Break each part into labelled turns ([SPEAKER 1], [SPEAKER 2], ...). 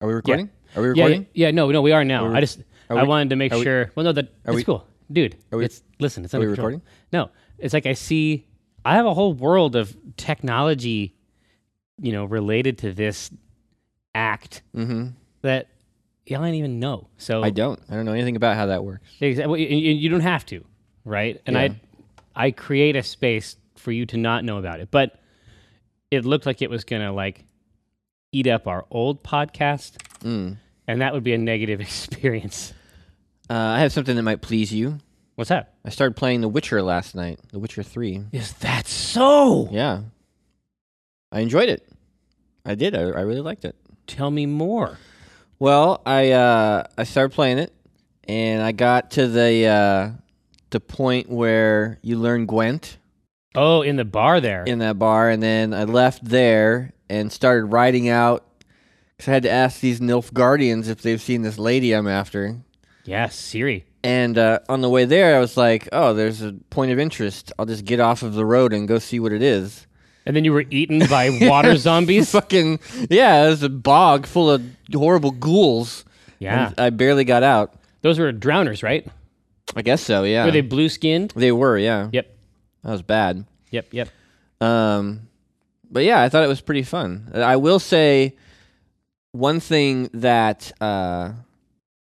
[SPEAKER 1] Are we recording? Are we
[SPEAKER 2] Yeah,
[SPEAKER 1] recording?
[SPEAKER 2] yeah, no, no, we are now. I just
[SPEAKER 1] are
[SPEAKER 2] I
[SPEAKER 1] we-
[SPEAKER 2] wanted to make
[SPEAKER 1] are we-
[SPEAKER 2] sure. well, no, that it's
[SPEAKER 1] we-
[SPEAKER 2] cool, dude.
[SPEAKER 1] we-
[SPEAKER 2] it's listen. It's
[SPEAKER 1] are
[SPEAKER 2] under
[SPEAKER 1] we
[SPEAKER 2] control.
[SPEAKER 1] recording?
[SPEAKER 2] No, it's like I see. I have a whole world of technology, you know, related to this act that y'all didn't even know. So
[SPEAKER 1] Mm-hmm. I don't. I don't know anything about how that works.
[SPEAKER 2] Exa- well, y- y- you don't have to, right? And I, I create a space for you to not know about it, but it looked like it was gonna like eat up our old podcast, and that would be a negative experience.
[SPEAKER 1] Uh, I have something that might please you.
[SPEAKER 2] What's that?
[SPEAKER 1] I started playing The Witcher last night. The Witcher Three.
[SPEAKER 2] Is that so?
[SPEAKER 1] Yeah, I enjoyed it. I did. I, I really liked it.
[SPEAKER 2] Tell me more.
[SPEAKER 1] Well, I uh, I started playing it, and I got to the uh, the point where you learn Gwent
[SPEAKER 2] Oh, in the bar there.
[SPEAKER 1] in that bar, and then I left there and started riding out because I had to ask these Nilfgaardians if they've seen this lady I'm after.
[SPEAKER 2] yes, Siri.
[SPEAKER 1] And uh, on the way there, I was like, "Oh, there's a point of interest. I'll just get off of the road and go see what it is."
[SPEAKER 2] And then you were eaten by water zombies.
[SPEAKER 1] Fucking yeah, it was a bog full of horrible ghouls.
[SPEAKER 2] Yeah,
[SPEAKER 1] and I barely got out.
[SPEAKER 2] those were drowners, right?
[SPEAKER 1] I guess so. Yeah,
[SPEAKER 2] Were they blue skinned?
[SPEAKER 1] They were. Yeah,
[SPEAKER 2] Yep,
[SPEAKER 1] that was bad.
[SPEAKER 2] yep, yep.
[SPEAKER 1] Um, but yeah, I thought it was pretty fun. I will say one thing that uh,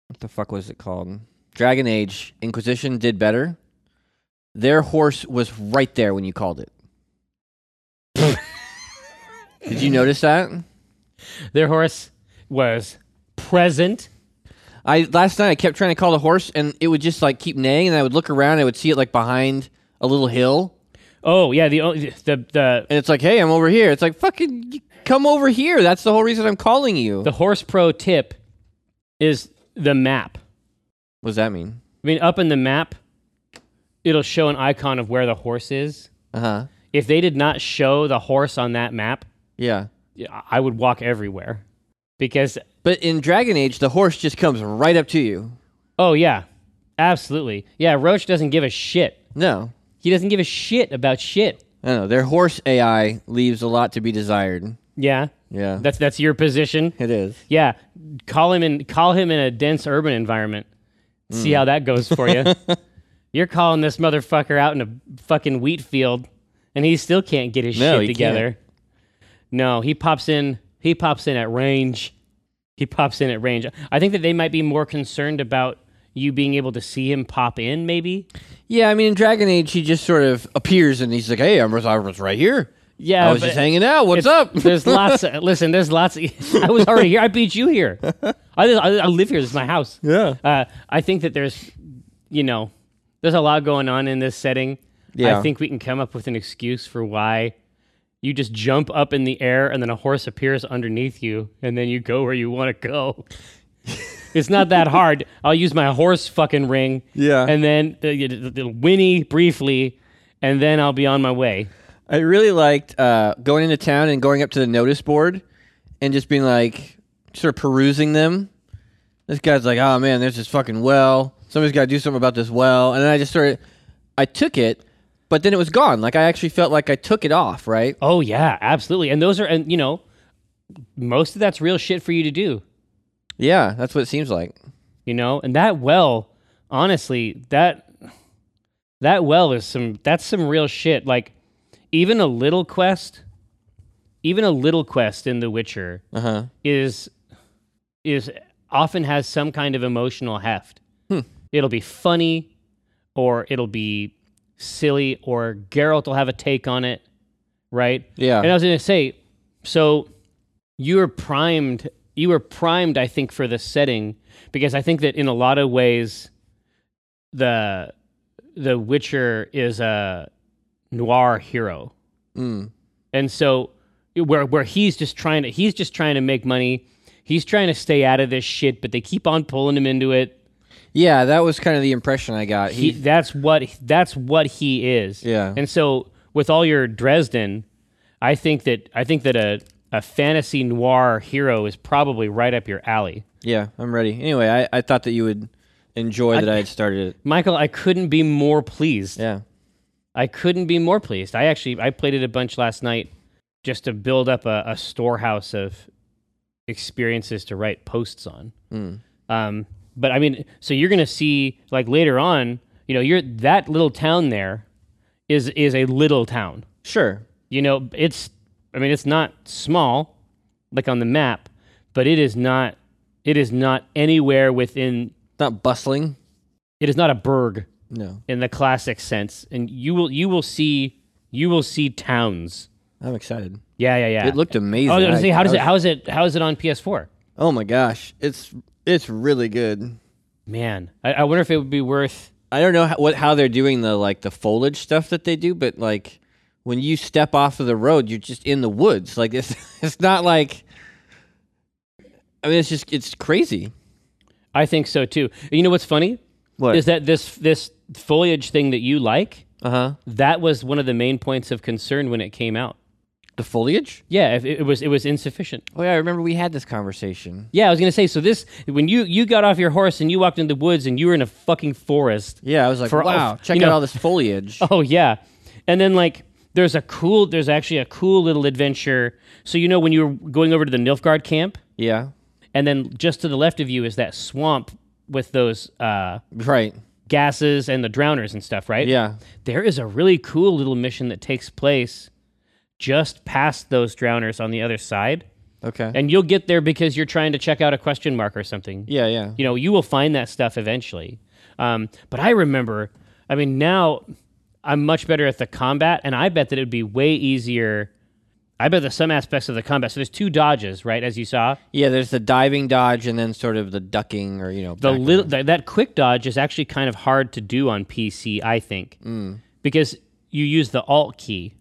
[SPEAKER 1] what the fuck was it called? Dragon Age Inquisition did better. Their horse was right there when you called it. did you notice that?
[SPEAKER 2] Their horse was present.
[SPEAKER 1] I last night I kept trying to call the horse and it would just like keep neighing and I would look around and I would see it like behind a little hill
[SPEAKER 2] Oh yeah, the only the the
[SPEAKER 1] and it's like, "Hey, I'm over here." It's like, "Fucking come over here. That's the whole reason I'm calling you."
[SPEAKER 2] the horse pro tip is the map.
[SPEAKER 1] what does that mean?
[SPEAKER 2] I mean, up in the map, it'll show an icon of where the horse is.
[SPEAKER 1] Uh huh.
[SPEAKER 2] If they did not show the horse on that map,
[SPEAKER 1] Yeah.
[SPEAKER 2] I- I would walk everywhere because
[SPEAKER 1] But in Dragon Age, the horse just comes right up to you.
[SPEAKER 2] oh yeah, absolutely yeah. Roach doesn't give a shit.
[SPEAKER 1] No.
[SPEAKER 2] He doesn't give a shit about shit.
[SPEAKER 1] I don't know. Their horse AI leaves a lot to be desired.
[SPEAKER 2] Yeah,
[SPEAKER 1] Yeah.
[SPEAKER 2] that's that's your position.
[SPEAKER 1] it is.
[SPEAKER 2] Yeah, call him in. Call him in a dense urban environment. See how that goes for you. You're calling this motherfucker out in a fucking wheat field, and he still can't get his
[SPEAKER 1] No, he
[SPEAKER 2] shit
[SPEAKER 1] can't.
[SPEAKER 2] together. No, he pops in. He pops in at range. He pops in at range. I think that they might be more concerned about you being able to see him pop in. Maybe.
[SPEAKER 1] Yeah, I mean, in Dragon Age, he just sort of appears and he's like, hey, I'm, I was right here.
[SPEAKER 2] Yeah,
[SPEAKER 1] I was
[SPEAKER 2] but
[SPEAKER 1] just hanging out. What's
[SPEAKER 2] it's-
[SPEAKER 1] up?
[SPEAKER 2] there's lots. Of, listen, there's lots. Of, I was already here. I beat you here. I, I, I live here. This is my house.
[SPEAKER 1] Yeah.
[SPEAKER 2] Uh, I think that there's, you know, there's a lot going on in this setting.
[SPEAKER 1] Yeah.
[SPEAKER 2] I think we can come up with an excuse for why you just jump up in the air and then a horse appears underneath you and then you go where you want to go. it's not that hard. I'll use my horse fucking ring.
[SPEAKER 1] Yeah.
[SPEAKER 2] And then the, the, the whinny briefly, and then I'll be on my way.
[SPEAKER 1] I really liked uh, going into town and going up to the notice board and just being like, sort of perusing them. This guy's like, oh man, there's this fucking well. Somebody's got to do something about this well. And then I just started, I took it, but then it was gone. Like, I actually felt like I took it off, right?
[SPEAKER 2] Oh yeah, absolutely. And those are and you know, most of that's real shit for you to do,
[SPEAKER 1] Yeah, that's what it seems like.
[SPEAKER 2] you know? And that well, honestly, that that well is some that's some real shit. Like even a little quest, even a little quest in The Witcher
[SPEAKER 1] Uh huh.
[SPEAKER 2] is is often has some kind of emotional heft. It'll be funny or it'll be silly or Geralt will have a take on it, right?
[SPEAKER 1] Yeah.
[SPEAKER 2] And I was going to say, so you were primed. You were primed, I think, for the setting because I think that in a lot of ways, the the Witcher is a noir hero,
[SPEAKER 1] Mm.
[SPEAKER 2] and so where where he's just trying to he's just trying to make money. He's trying to stay out of this shit, but they keep on pulling him into it.
[SPEAKER 1] Yeah, that was kind of the impression I got.
[SPEAKER 2] he,
[SPEAKER 1] He,
[SPEAKER 2] that's what that's what he is.
[SPEAKER 1] Yeah.
[SPEAKER 2] And so with all your Dresden, I think that I think that a a fantasy noir hero is probably right up your alley.
[SPEAKER 1] yeah, I'm ready. Anyway, I, I thought that you would enjoy that I had started it.
[SPEAKER 2] Michael, I couldn't be more pleased.
[SPEAKER 1] Yeah.
[SPEAKER 2] I couldn't be more pleased. I actually I played it a bunch last night just to build up a, a storehouse of experiences to write posts on.
[SPEAKER 1] Mm.
[SPEAKER 2] Um, but I mean, so you're gonna see like later on, you know, you're that little town there is is a little town.
[SPEAKER 1] Sure.
[SPEAKER 2] You know, it's I mean, it's not small, like on the map, but it is not it is not anywhere within
[SPEAKER 1] Not bustling.
[SPEAKER 2] it is not a burg
[SPEAKER 1] No.
[SPEAKER 2] in the classic sense. And you will you will see you will see towns.
[SPEAKER 1] I'm excited.
[SPEAKER 2] Yeah, yeah, yeah.
[SPEAKER 1] It looked amazing.
[SPEAKER 2] I was gonna say, how does
[SPEAKER 1] I
[SPEAKER 2] it how is it how is it on PS4?
[SPEAKER 1] was- Oh my gosh, it's it's really good.
[SPEAKER 2] Man, I, I wonder if it would be worth
[SPEAKER 1] I don't know how, what how they're doing the like the foliage stuff that they do, but like when you step off of the road, you're just in the woods. Like it's it's not like I mean it's just it's crazy.
[SPEAKER 2] I think so too. You know what's funny
[SPEAKER 1] What?
[SPEAKER 2] is that this this foliage thing that you like
[SPEAKER 1] uh-huh.
[SPEAKER 2] that was one of the main points of concern when it came out.
[SPEAKER 1] The foliage?
[SPEAKER 2] Yeah, if it, it was it was insufficient.
[SPEAKER 1] Oh yeah, I remember we had this conversation.
[SPEAKER 2] Yeah, I was gonna say. So this when you you got off your horse and you walked into the woods and you were in a fucking forest.
[SPEAKER 1] Yeah, I was like,
[SPEAKER 2] For-
[SPEAKER 1] wow,
[SPEAKER 2] oh,
[SPEAKER 1] check
[SPEAKER 2] you
[SPEAKER 1] out
[SPEAKER 2] know-
[SPEAKER 1] all this foliage.
[SPEAKER 2] Oh yeah, and then like there's a cool there's actually a cool little adventure. So you know when you were going over to the Nilfgaard camp,
[SPEAKER 1] Yeah.
[SPEAKER 2] and then just to the left of you is that swamp with those uh,
[SPEAKER 1] Right.
[SPEAKER 2] gases and the drowners and stuff, right?
[SPEAKER 1] Yeah.
[SPEAKER 2] there is a really cool little mission that takes place just past those drowners on the other side.
[SPEAKER 1] Okay.
[SPEAKER 2] And you'll get there because you're trying to check out a question mark or something.
[SPEAKER 1] yeah, yeah.
[SPEAKER 2] You know, you will find that stuff eventually. Um, but I remember, I mean, now I'm much better at the combat, and I bet that it would be way easier. I bet that some aspects of the combat. So there's two dodges, right? As you saw,
[SPEAKER 1] Yeah, there's the diving dodge and then sort of the ducking or you know
[SPEAKER 2] the
[SPEAKER 1] back-
[SPEAKER 2] little th- that quick dodge is actually kind of hard to do on PC, I think,
[SPEAKER 1] Mm.
[SPEAKER 2] because you use the alt key.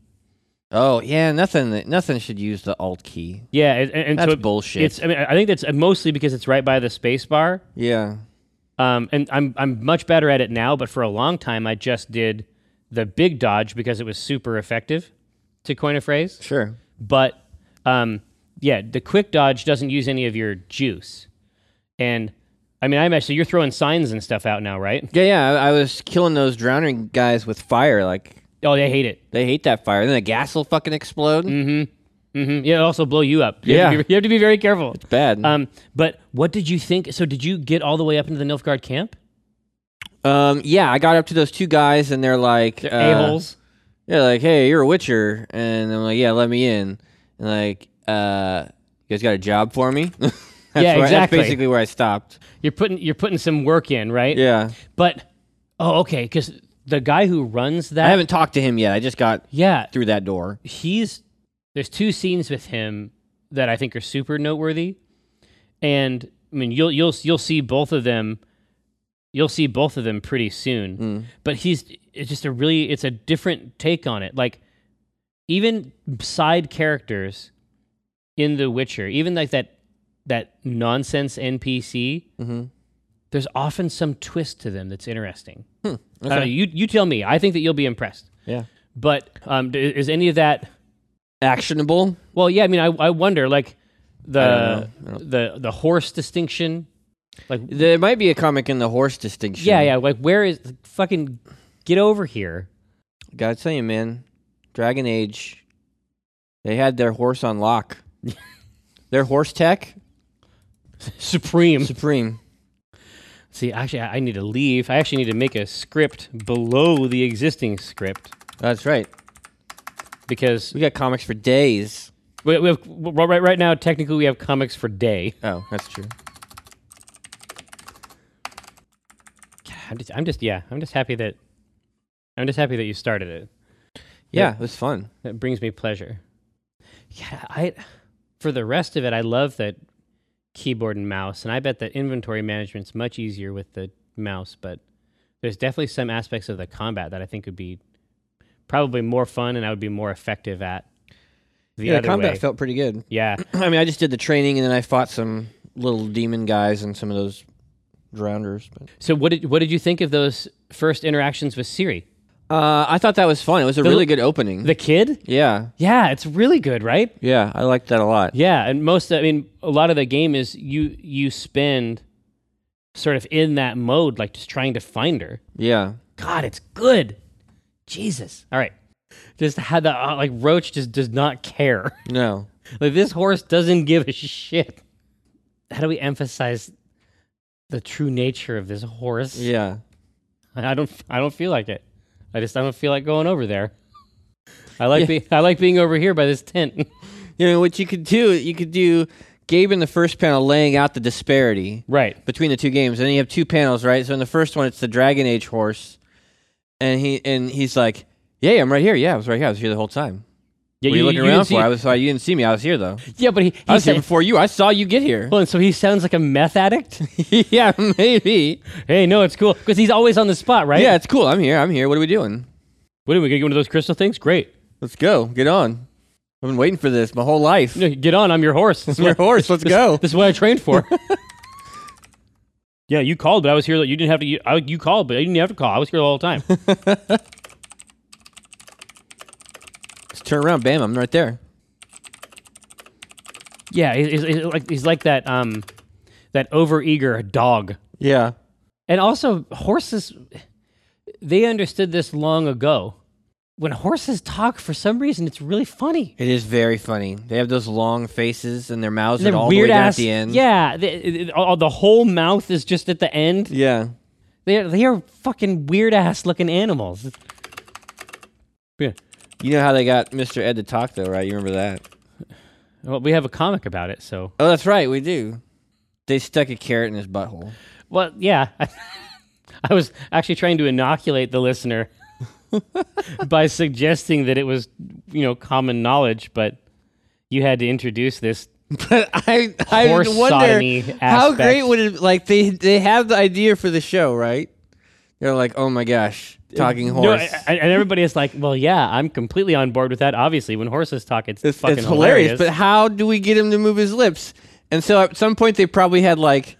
[SPEAKER 1] Oh, yeah, nothing that- nothing should use the alt key.
[SPEAKER 2] Yeah, and, and and
[SPEAKER 1] That's
[SPEAKER 2] so it-
[SPEAKER 1] bullshit.
[SPEAKER 2] It's I mean I think that's mostly because it's right by the space bar.
[SPEAKER 1] Yeah.
[SPEAKER 2] Um, and I'm I'm much better at it now, but for a long time I just did the big dodge because it was super effective, to coin a phrase.
[SPEAKER 1] Sure.
[SPEAKER 2] But um, yeah, the quick dodge doesn't use any of your juice, and I mean I imagine so you're throwing signs and stuff out now, right?
[SPEAKER 1] Yeah, yeah. I, I was killing those drowning guys with fire. Like
[SPEAKER 2] Oh, they hate it.
[SPEAKER 1] they hate that fire. And then the gas will fucking explode.
[SPEAKER 2] Mm-hmm. hmm Yeah, it'll also blow you up. You have to
[SPEAKER 1] Yeah.
[SPEAKER 2] be, you have to be very careful.
[SPEAKER 1] Bad. Um,
[SPEAKER 2] Um, but what did you think? So did you get all the way up into the Nilfgaard camp?
[SPEAKER 1] Um, yeah, I got up to those two guys, and they're like, uh,
[SPEAKER 2] A holes.
[SPEAKER 1] Yeah, like, hey, you're a Witcher, and I'm like, yeah, let me in. And like, uh, you guys got a job for me? that's
[SPEAKER 2] Yeah,
[SPEAKER 1] where-
[SPEAKER 2] exactly.
[SPEAKER 1] That's basically where I stopped.
[SPEAKER 2] You're putting you're putting some work in, right?
[SPEAKER 1] Yeah,
[SPEAKER 2] But oh, okay, because the guy who runs
[SPEAKER 1] I
[SPEAKER 2] that,
[SPEAKER 1] haven't talked to him yet. I just got
[SPEAKER 2] yeah,
[SPEAKER 1] through that door.
[SPEAKER 2] he's there's two scenes with him that I think are super noteworthy, and I mean you'll you'll you'll see both of them, you'll see both of them pretty soon. But he's it's just a really it's a different take on it. Like even side characters in The Witcher, even like that that nonsense NPC,
[SPEAKER 1] Mhm.
[SPEAKER 2] there's often some twist to them that's interesting. I don't
[SPEAKER 1] okay.
[SPEAKER 2] know, you you tell me. I think that you'll be impressed.
[SPEAKER 1] Yeah,
[SPEAKER 2] But um, d- is any of that?
[SPEAKER 1] actionable.
[SPEAKER 2] Well, yeah. I mean, I, I wonder like the
[SPEAKER 1] don't know. I
[SPEAKER 2] the the horse distinction. Like
[SPEAKER 1] There might be a comic in the horse distinction.
[SPEAKER 2] yeah, yeah. Like where is fucking get over here?
[SPEAKER 1] Gotta tell you, man, Dragon Age, they had their horse on lock. their horse tech,
[SPEAKER 2] Supreme.
[SPEAKER 1] supreme.
[SPEAKER 2] See, actually, I I need to leave. I actually need to make a script below the existing script
[SPEAKER 1] That's right.
[SPEAKER 2] because
[SPEAKER 1] We got comics for days.
[SPEAKER 2] we, we have well, right right now technically we have comics for day.
[SPEAKER 1] Oh, that's true.
[SPEAKER 2] I'm just, I'm just yeah. I'm just happy that I'm just happy that you started it.
[SPEAKER 1] Yeah,
[SPEAKER 2] Yeah.
[SPEAKER 1] it was fun.
[SPEAKER 2] That brings me pleasure. Yeah, I for the rest of it, I love that keyboard and mouse, and I bet that inventory management's much easier with the mouse, but there's definitely some aspects of the combat that I think would be probably more fun and I would be more effective at the
[SPEAKER 1] yeah,
[SPEAKER 2] other
[SPEAKER 1] combat
[SPEAKER 2] way.
[SPEAKER 1] felt pretty good.
[SPEAKER 2] yeah.
[SPEAKER 1] I mean, I just did the training and then I fought some little demon guys and some of those drowners. But
[SPEAKER 2] So what did what did you think of those first interactions with Siri?
[SPEAKER 1] uh, I thought that was fun. It was a really good opening.
[SPEAKER 2] The kid?
[SPEAKER 1] yeah,
[SPEAKER 2] Yeah, it's really good, right?
[SPEAKER 1] yeah, I liked that a lot.
[SPEAKER 2] Yeah, and most I mean a lot of the game is you you spend sort of in that mode like just trying to find her.
[SPEAKER 1] Yeah,
[SPEAKER 2] God, it's good. Jesus. All right. Just had the uh, like Roach just does not care.
[SPEAKER 1] no,
[SPEAKER 2] like this horse doesn't give a shit. how do we emphasize the true nature of this horse?
[SPEAKER 1] Yeah.
[SPEAKER 2] And I don't I don't feel like it. I just I don't feel like going over there. I like be, I like being over here by this tent.
[SPEAKER 1] You know what you could do? You could do Gabe in the first panel laying out the disparity
[SPEAKER 2] right.
[SPEAKER 1] between the two games, and then you have two panels, right? So in the first one, it's the Dragon Age horse, and he and he's like, "Yeah, I'm right here. Yeah, I was right here. I was here the whole time.
[SPEAKER 2] Yeah,
[SPEAKER 1] What are you, looking
[SPEAKER 2] didn't
[SPEAKER 1] around
[SPEAKER 2] see-
[SPEAKER 1] for? I was. sorry you didn't see me. I was here though.
[SPEAKER 2] Yeah, but he,
[SPEAKER 1] I
[SPEAKER 2] he
[SPEAKER 1] was here
[SPEAKER 2] said,
[SPEAKER 1] before you. I saw you get here.
[SPEAKER 2] well, and so he sounds like a meth addict.
[SPEAKER 1] yeah, maybe.
[SPEAKER 2] hey, no, it's cool because he's always on the spot, right?
[SPEAKER 1] Yeah, it's cool. I'm here. I'm here. What are we doing?
[SPEAKER 2] What are we gonna get one of those crystal things? Great.
[SPEAKER 1] Let's go. Get on. I've been waiting for this my whole life.
[SPEAKER 2] No, get on. I'm your horse. This is
[SPEAKER 1] Your
[SPEAKER 2] what-
[SPEAKER 1] horse, let's
[SPEAKER 2] this-
[SPEAKER 1] go.
[SPEAKER 2] This is what I trained for. yeah, you called, but I was here. You didn't have to. You, I, you called, but you didn't have to call. I was here the whole time.
[SPEAKER 1] Let's turn around. Bam! I'm right there.
[SPEAKER 2] yeah, he- he's, he's like he's like that um that overeager dog.
[SPEAKER 1] Yeah.
[SPEAKER 2] And also horses they understood this long ago. When horses talk for some reason it's really funny.
[SPEAKER 1] It is very funny. They have those long faces and their mouths
[SPEAKER 2] They're
[SPEAKER 1] are all
[SPEAKER 2] weird
[SPEAKER 1] the way down
[SPEAKER 2] ass.
[SPEAKER 1] at the end.
[SPEAKER 2] Yeah, the, it- it- all, the whole mouth is just at the end.
[SPEAKER 1] Yeah.
[SPEAKER 2] They are, they are fucking weird ass looking animals. Yeah.
[SPEAKER 1] You know how they got Mr. Ed to talk though, right? You remember that?
[SPEAKER 2] Well, we have a comic about it, so.
[SPEAKER 1] Oh, that's right. We do. They stuck a carrot in his butthole.
[SPEAKER 2] Well, yeah. I was actually trying to inoculate the listener by suggesting that it was, you know, common knowledge, but you had to introduce this
[SPEAKER 1] But I, I
[SPEAKER 2] Horse sodomy
[SPEAKER 1] wonder how
[SPEAKER 2] aspect.
[SPEAKER 1] great would it like they they have the idea for the show, right? They're like, oh my gosh, talking horse.
[SPEAKER 2] No, a- and, and everybody is like, "Well, yeah, I'm completely on board with that." Obviously, when horses talk, it's,
[SPEAKER 1] it's,
[SPEAKER 2] fucking
[SPEAKER 1] it's hilarious, But how do we get him to move his lips? And so at some point they probably had like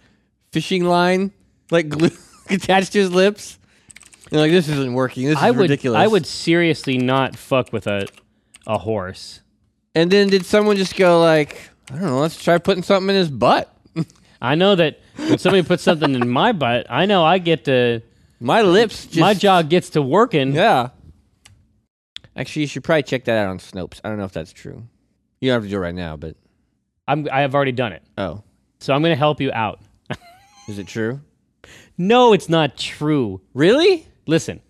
[SPEAKER 1] fishing line, like glue attached to his lips. And like this isn't working. This is
[SPEAKER 2] I would,
[SPEAKER 1] ridiculous.
[SPEAKER 2] I would seriously not fuck with a a horse.
[SPEAKER 1] And then did someone just go like, I don't know, let's try putting something in his butt.
[SPEAKER 2] I know that when somebody puts something in my butt, I know I get to
[SPEAKER 1] My lips just
[SPEAKER 2] my jaw gets to working.
[SPEAKER 1] Yeah. Actually, you should probably check that out on Snopes. I don't know if that's true. You don't have to do it right now, but
[SPEAKER 2] I'm, I have already done it,
[SPEAKER 1] oh,
[SPEAKER 2] so I'm going to help you out.
[SPEAKER 1] is it true?
[SPEAKER 2] No, it's not true.
[SPEAKER 1] Really?
[SPEAKER 2] Listen,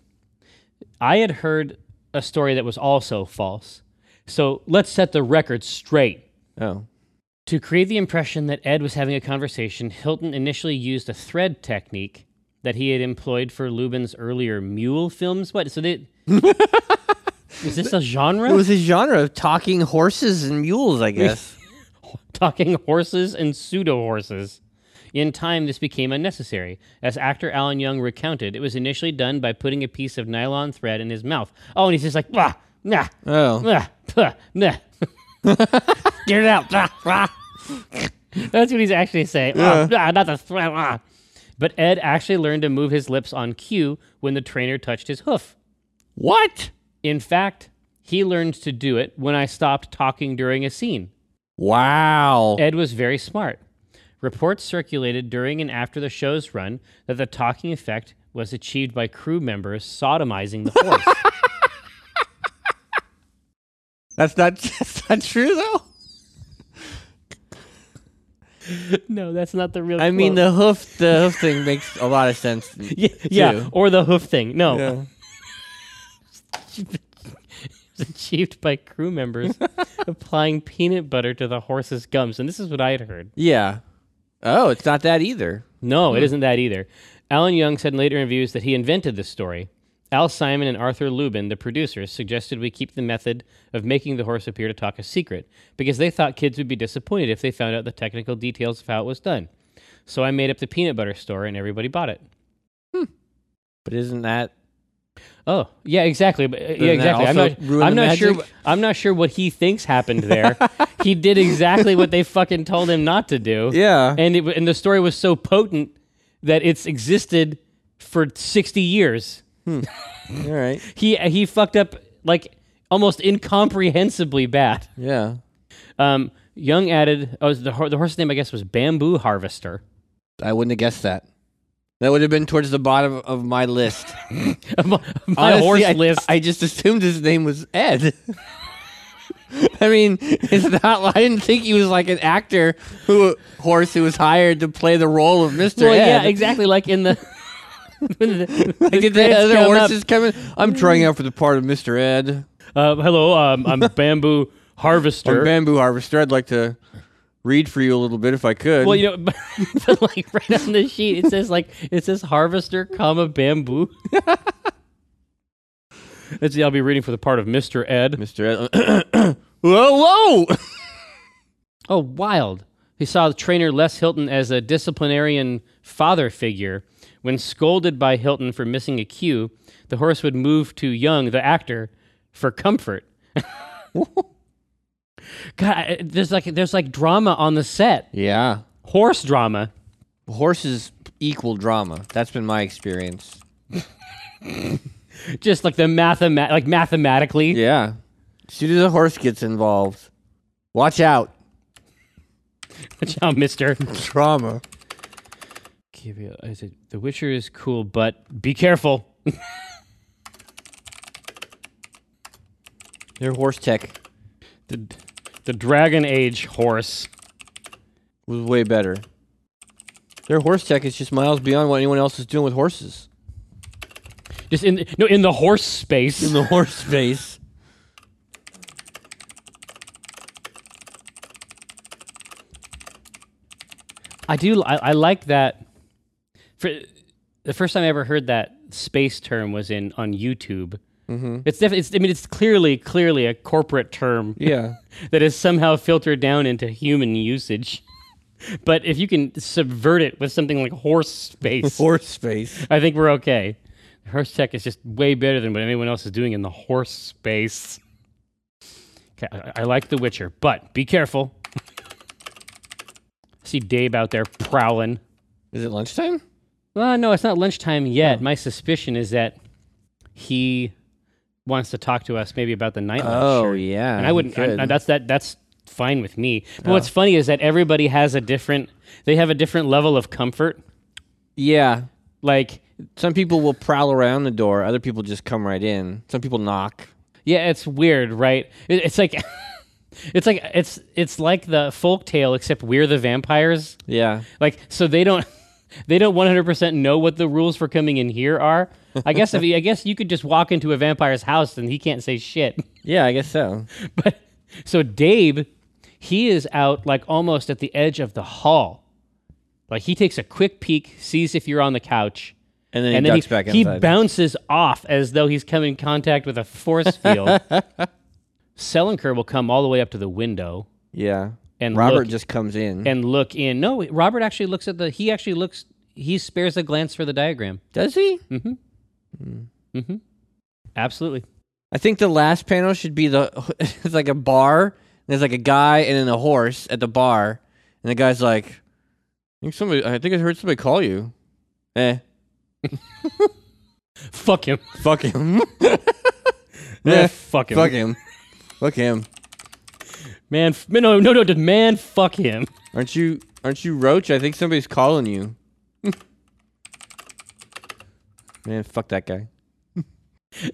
[SPEAKER 2] I had heard a story that was also false. So let's set the record straight.
[SPEAKER 1] Oh,
[SPEAKER 2] To create the impression that Ed was having a conversation, Hilton initially used a thread technique that he had employed for Lubin's earlier mule films. What? So they. Is this a genre?
[SPEAKER 1] it was a genre of talking horses and mules, I guess.
[SPEAKER 2] talking horses and pseudo horses. In time, this became unnecessary. As actor Alan Young recounted, it was initially done by putting a piece of nylon thread in his mouth. Oh, and he's just like, bah, nah,
[SPEAKER 1] oh,
[SPEAKER 2] nah, puh, nah. Get it out. Bah, bah. That's what he's actually saying. Ah, ah, not the thread. ah. But Ed actually learned to move his lips on cue when the trainer touched his hoof.
[SPEAKER 1] what?
[SPEAKER 2] In fact, he learned to do it when I stopped talking during a scene.
[SPEAKER 1] Wow.
[SPEAKER 2] Ed was very smart. Reports circulated during and after the show's run that the talking effect was achieved by crew members sodomizing the horse.
[SPEAKER 1] That's not that's not true though.
[SPEAKER 2] no, that's not the real.
[SPEAKER 1] I mean,
[SPEAKER 2] quote.
[SPEAKER 1] the hoof the hoof thing makes a lot of sense.
[SPEAKER 2] yeah, yeah,
[SPEAKER 1] too.
[SPEAKER 2] or the hoof thing. No, it
[SPEAKER 1] Yeah.
[SPEAKER 2] was achieved by crew members applying peanut butter to the horse's gums, and this is what I had heard.
[SPEAKER 1] Yeah. Oh, it's not that either.
[SPEAKER 2] No, it isn't that either. Alan Young said in later interviews that he invented this story. Al Simon and Arthur Lubin, the producers, suggested we keep the method of making the horse appear to talk a secret because they thought kids would be disappointed if they found out the technical details of how it was done. So I made up the peanut butter story and everybody bought it.
[SPEAKER 1] But isn't that
[SPEAKER 2] Oh, yeah, exactly. But, uh, yeah,
[SPEAKER 1] that
[SPEAKER 2] exactly. I'm
[SPEAKER 1] also
[SPEAKER 2] not,
[SPEAKER 1] ruin
[SPEAKER 2] I'm
[SPEAKER 1] the
[SPEAKER 2] not sure.
[SPEAKER 1] magic?
[SPEAKER 2] I'm not sure what he thinks happened there. he did exactly what they fucking told him not to do.
[SPEAKER 1] Yeah.
[SPEAKER 2] and it, w- and the story was so potent that it's existed for 60 years.
[SPEAKER 1] all right?
[SPEAKER 2] He he fucked up like almost incomprehensibly bad.
[SPEAKER 1] Yeah.
[SPEAKER 2] Um, Young added, oh, the, hor- the horse's name I guess was Bamboo Harvester.
[SPEAKER 1] I wouldn't have guessed that. That would have been towards the bottom of my list.
[SPEAKER 2] my
[SPEAKER 1] Honestly,
[SPEAKER 2] horse
[SPEAKER 1] I,
[SPEAKER 2] list.
[SPEAKER 1] I just assumed his name was Ed. I mean, it's not. li- I didn't think he was like an actor who horse who was hired to play the role of Mister
[SPEAKER 2] well,
[SPEAKER 1] Ed.
[SPEAKER 2] yeah, exactly. Like in the. when the-
[SPEAKER 1] Like, did the
[SPEAKER 2] credits
[SPEAKER 1] other
[SPEAKER 2] come up.
[SPEAKER 1] horses come in? I'm trying out for the part of Mister Ed.
[SPEAKER 2] Uh, hello, um, I'm Bamboo
[SPEAKER 1] I'm
[SPEAKER 2] Harvester.
[SPEAKER 1] bamboo harvester. I'd like to read for you a little bit if I could.
[SPEAKER 2] well, you know, but, like right on the sheet, it says like it says Harvester, comma Bamboo. That's I'll be reading for the part of Mister Ed.
[SPEAKER 1] Mister Ed. whoa, whoa!
[SPEAKER 2] Oh, wild! He saw the trainer Les Hilton as a disciplinarian father figure. When scolded by Hilton for missing a cue, the horse would move to Young, the actor, for comfort. God, I- there's like there's like drama on the set.
[SPEAKER 1] yeah,
[SPEAKER 2] horse drama.
[SPEAKER 1] horses equal drama. That's been my experience.
[SPEAKER 2] Just like the mathemat, like mathematically.
[SPEAKER 1] Yeah, as soon as a horse gets involved, watch out.
[SPEAKER 2] Watch out, Mister.
[SPEAKER 1] Drama.
[SPEAKER 2] Give you- I said, the Witcher is cool, but be careful.
[SPEAKER 1] They're horse tech.
[SPEAKER 2] The the Dragon Age horse.
[SPEAKER 1] was way better. Their horse tech is just miles beyond what anyone else is doing with horses.
[SPEAKER 2] Just in no in the horse space.
[SPEAKER 1] the horse space.
[SPEAKER 2] I do. I, I like that. For the first time I ever heard that space term was in on YouTube.
[SPEAKER 1] Mm-hmm.
[SPEAKER 2] It's definitely. It's, I mean, it's clearly clearly a corporate term.
[SPEAKER 1] Yeah.
[SPEAKER 2] that is somehow filtered down into human usage. But if you can subvert it with something like horse space,
[SPEAKER 1] horse space.
[SPEAKER 2] I think we're okay. Horse tech is just way better than what anyone else is doing in the horse space. Okay, I, I like The Witcher, but be careful. See Dave out there prowling.
[SPEAKER 1] Is it lunchtime?
[SPEAKER 2] Well, no, it's not lunchtime yet. My suspicion is that he wants to talk to us maybe about the night
[SPEAKER 1] Oh,
[SPEAKER 2] lunch. or-
[SPEAKER 1] yeah.
[SPEAKER 2] and I wouldn't. I- I- that's that. That's fine with me. But what's funny is that everybody has a different. They have a different level of comfort.
[SPEAKER 1] yeah.
[SPEAKER 2] Like,
[SPEAKER 1] Some people will prowl around the door. Other people just come right in. Some people knock.
[SPEAKER 2] yeah, it's weird, right? It, it's like, it's like it's it's like the folk tale, except we're the vampires.
[SPEAKER 1] Yeah.
[SPEAKER 2] Like, so they don't. They don't 100% know what the rules for coming in here are. I guess if he, I guess you could just walk into a vampire's house and he can't say shit.
[SPEAKER 1] Yeah, I guess so.
[SPEAKER 2] But so Dave, he is out like almost at the edge of the hall. Like he takes a quick peek, sees if you're on the couch,
[SPEAKER 1] And then he
[SPEAKER 2] and then
[SPEAKER 1] ducks
[SPEAKER 2] he,
[SPEAKER 1] back
[SPEAKER 2] he
[SPEAKER 1] inside.
[SPEAKER 2] bounces off as though he's come in contact with a force field. Selinker will come all the way up to the window
[SPEAKER 1] yeah.
[SPEAKER 2] and
[SPEAKER 1] Robert
[SPEAKER 2] look,
[SPEAKER 1] just comes in.
[SPEAKER 2] and look in. No, Robert actually looks at the. He actually looks. He spares a glance for the diagram.
[SPEAKER 1] Does he?
[SPEAKER 2] Mm-hmm. Absolutely.
[SPEAKER 1] I think the last panel should be the it's like a bar. And there's like a guy and then a horse at the bar, and the guy's like, "I think somebody. I think I heard somebody call you." Eh,
[SPEAKER 2] Fuck him.
[SPEAKER 1] fuck him.
[SPEAKER 2] Man,
[SPEAKER 1] Yeah,
[SPEAKER 2] fuck him.
[SPEAKER 1] fuck him. Fuck him.
[SPEAKER 2] Man, f- no, no, no, man, fuck him.
[SPEAKER 1] Aren't you? Aren't you Roach? I think somebody's calling you. Man, fuck that guy.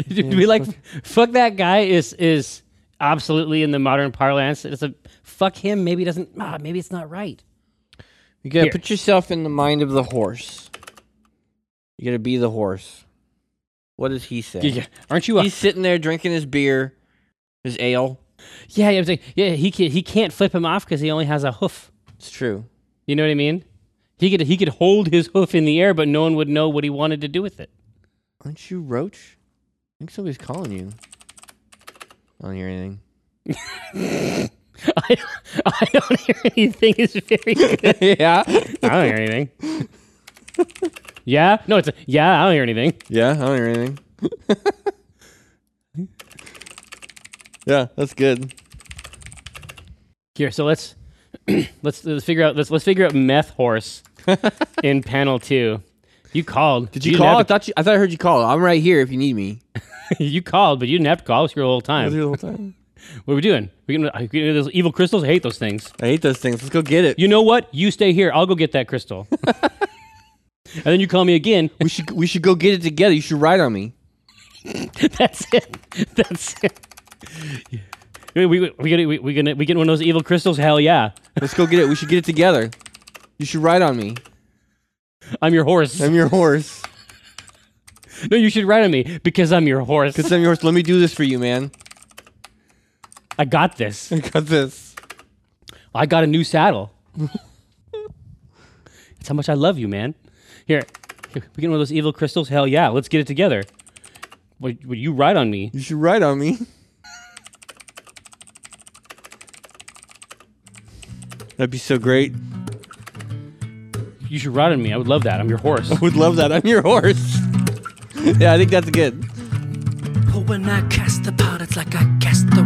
[SPEAKER 2] Do we like fuck that guy is is absolutely in the modern parlance. It's a fuck him. Maybe doesn't. Ah, maybe it's not right.
[SPEAKER 1] You gotta
[SPEAKER 2] Here.
[SPEAKER 1] put yourself in the mind of the horse. You gotta be the horse. What does he say?
[SPEAKER 2] Aren't you? A,
[SPEAKER 1] He's sitting there drinking his beer, his ale.
[SPEAKER 2] yeah, yeah, I'm saying, yeah. He can, he can't flip him off because he only has a hoof.
[SPEAKER 1] It's true.
[SPEAKER 2] You know what I mean? He could he could hold his hoof in the air, but no one would know what he wanted to do with it.
[SPEAKER 1] Aren't you Roach? I think somebody's calling you. I don't hear anything.
[SPEAKER 2] I, I don't hear anything. It's very good.
[SPEAKER 1] yeah.
[SPEAKER 2] I don't hear anything. Yeah, no, it's a, yeah. I don't hear anything.
[SPEAKER 1] Yeah, I don't hear anything. yeah, that's good.
[SPEAKER 2] Here, so let's let's let's figure out let's let's figure out meth horse in panel two. You called.
[SPEAKER 1] Did you,
[SPEAKER 2] didn't
[SPEAKER 1] call? I
[SPEAKER 2] have
[SPEAKER 1] thought you, I thought I heard you call. I'm right here if you need me.
[SPEAKER 2] to- you called, but you didn't have to call. I was here the whole time.
[SPEAKER 1] the whole time.
[SPEAKER 2] What are we doing? We can, I- we can- those evil crystals. I hate those things.
[SPEAKER 1] I hate those things. Let's go get it.
[SPEAKER 2] You know what? You stay here. I'll go get that crystal. and then you call me again.
[SPEAKER 1] we should we should go get it together. You should ride on me.
[SPEAKER 2] That's it. That's it. We we we gonna we, we gonna we get one of those evil crystals? Hell yeah!
[SPEAKER 1] Let's go get it. We should get it together. You should ride on me.
[SPEAKER 2] I'm your horse.
[SPEAKER 1] I'm your horse.
[SPEAKER 2] no, you should ride on me because I'm your horse.
[SPEAKER 1] Because I'm your horse. Let me do this for you, man.
[SPEAKER 2] I got this.
[SPEAKER 1] I got this.
[SPEAKER 2] I got a new saddle. That's how much I love you, man. Here, here, we get one of those evil crystals. Hell yeah! Let's get it together. Would, would you ride on me?
[SPEAKER 1] You should ride on me. That'd be so great.
[SPEAKER 2] You should ride on me. I would love that. I'm your horse.
[SPEAKER 1] Would love that. I'm your horse. yeah, I think that's good.
[SPEAKER 3] But when I cast the pot, it's like I cast the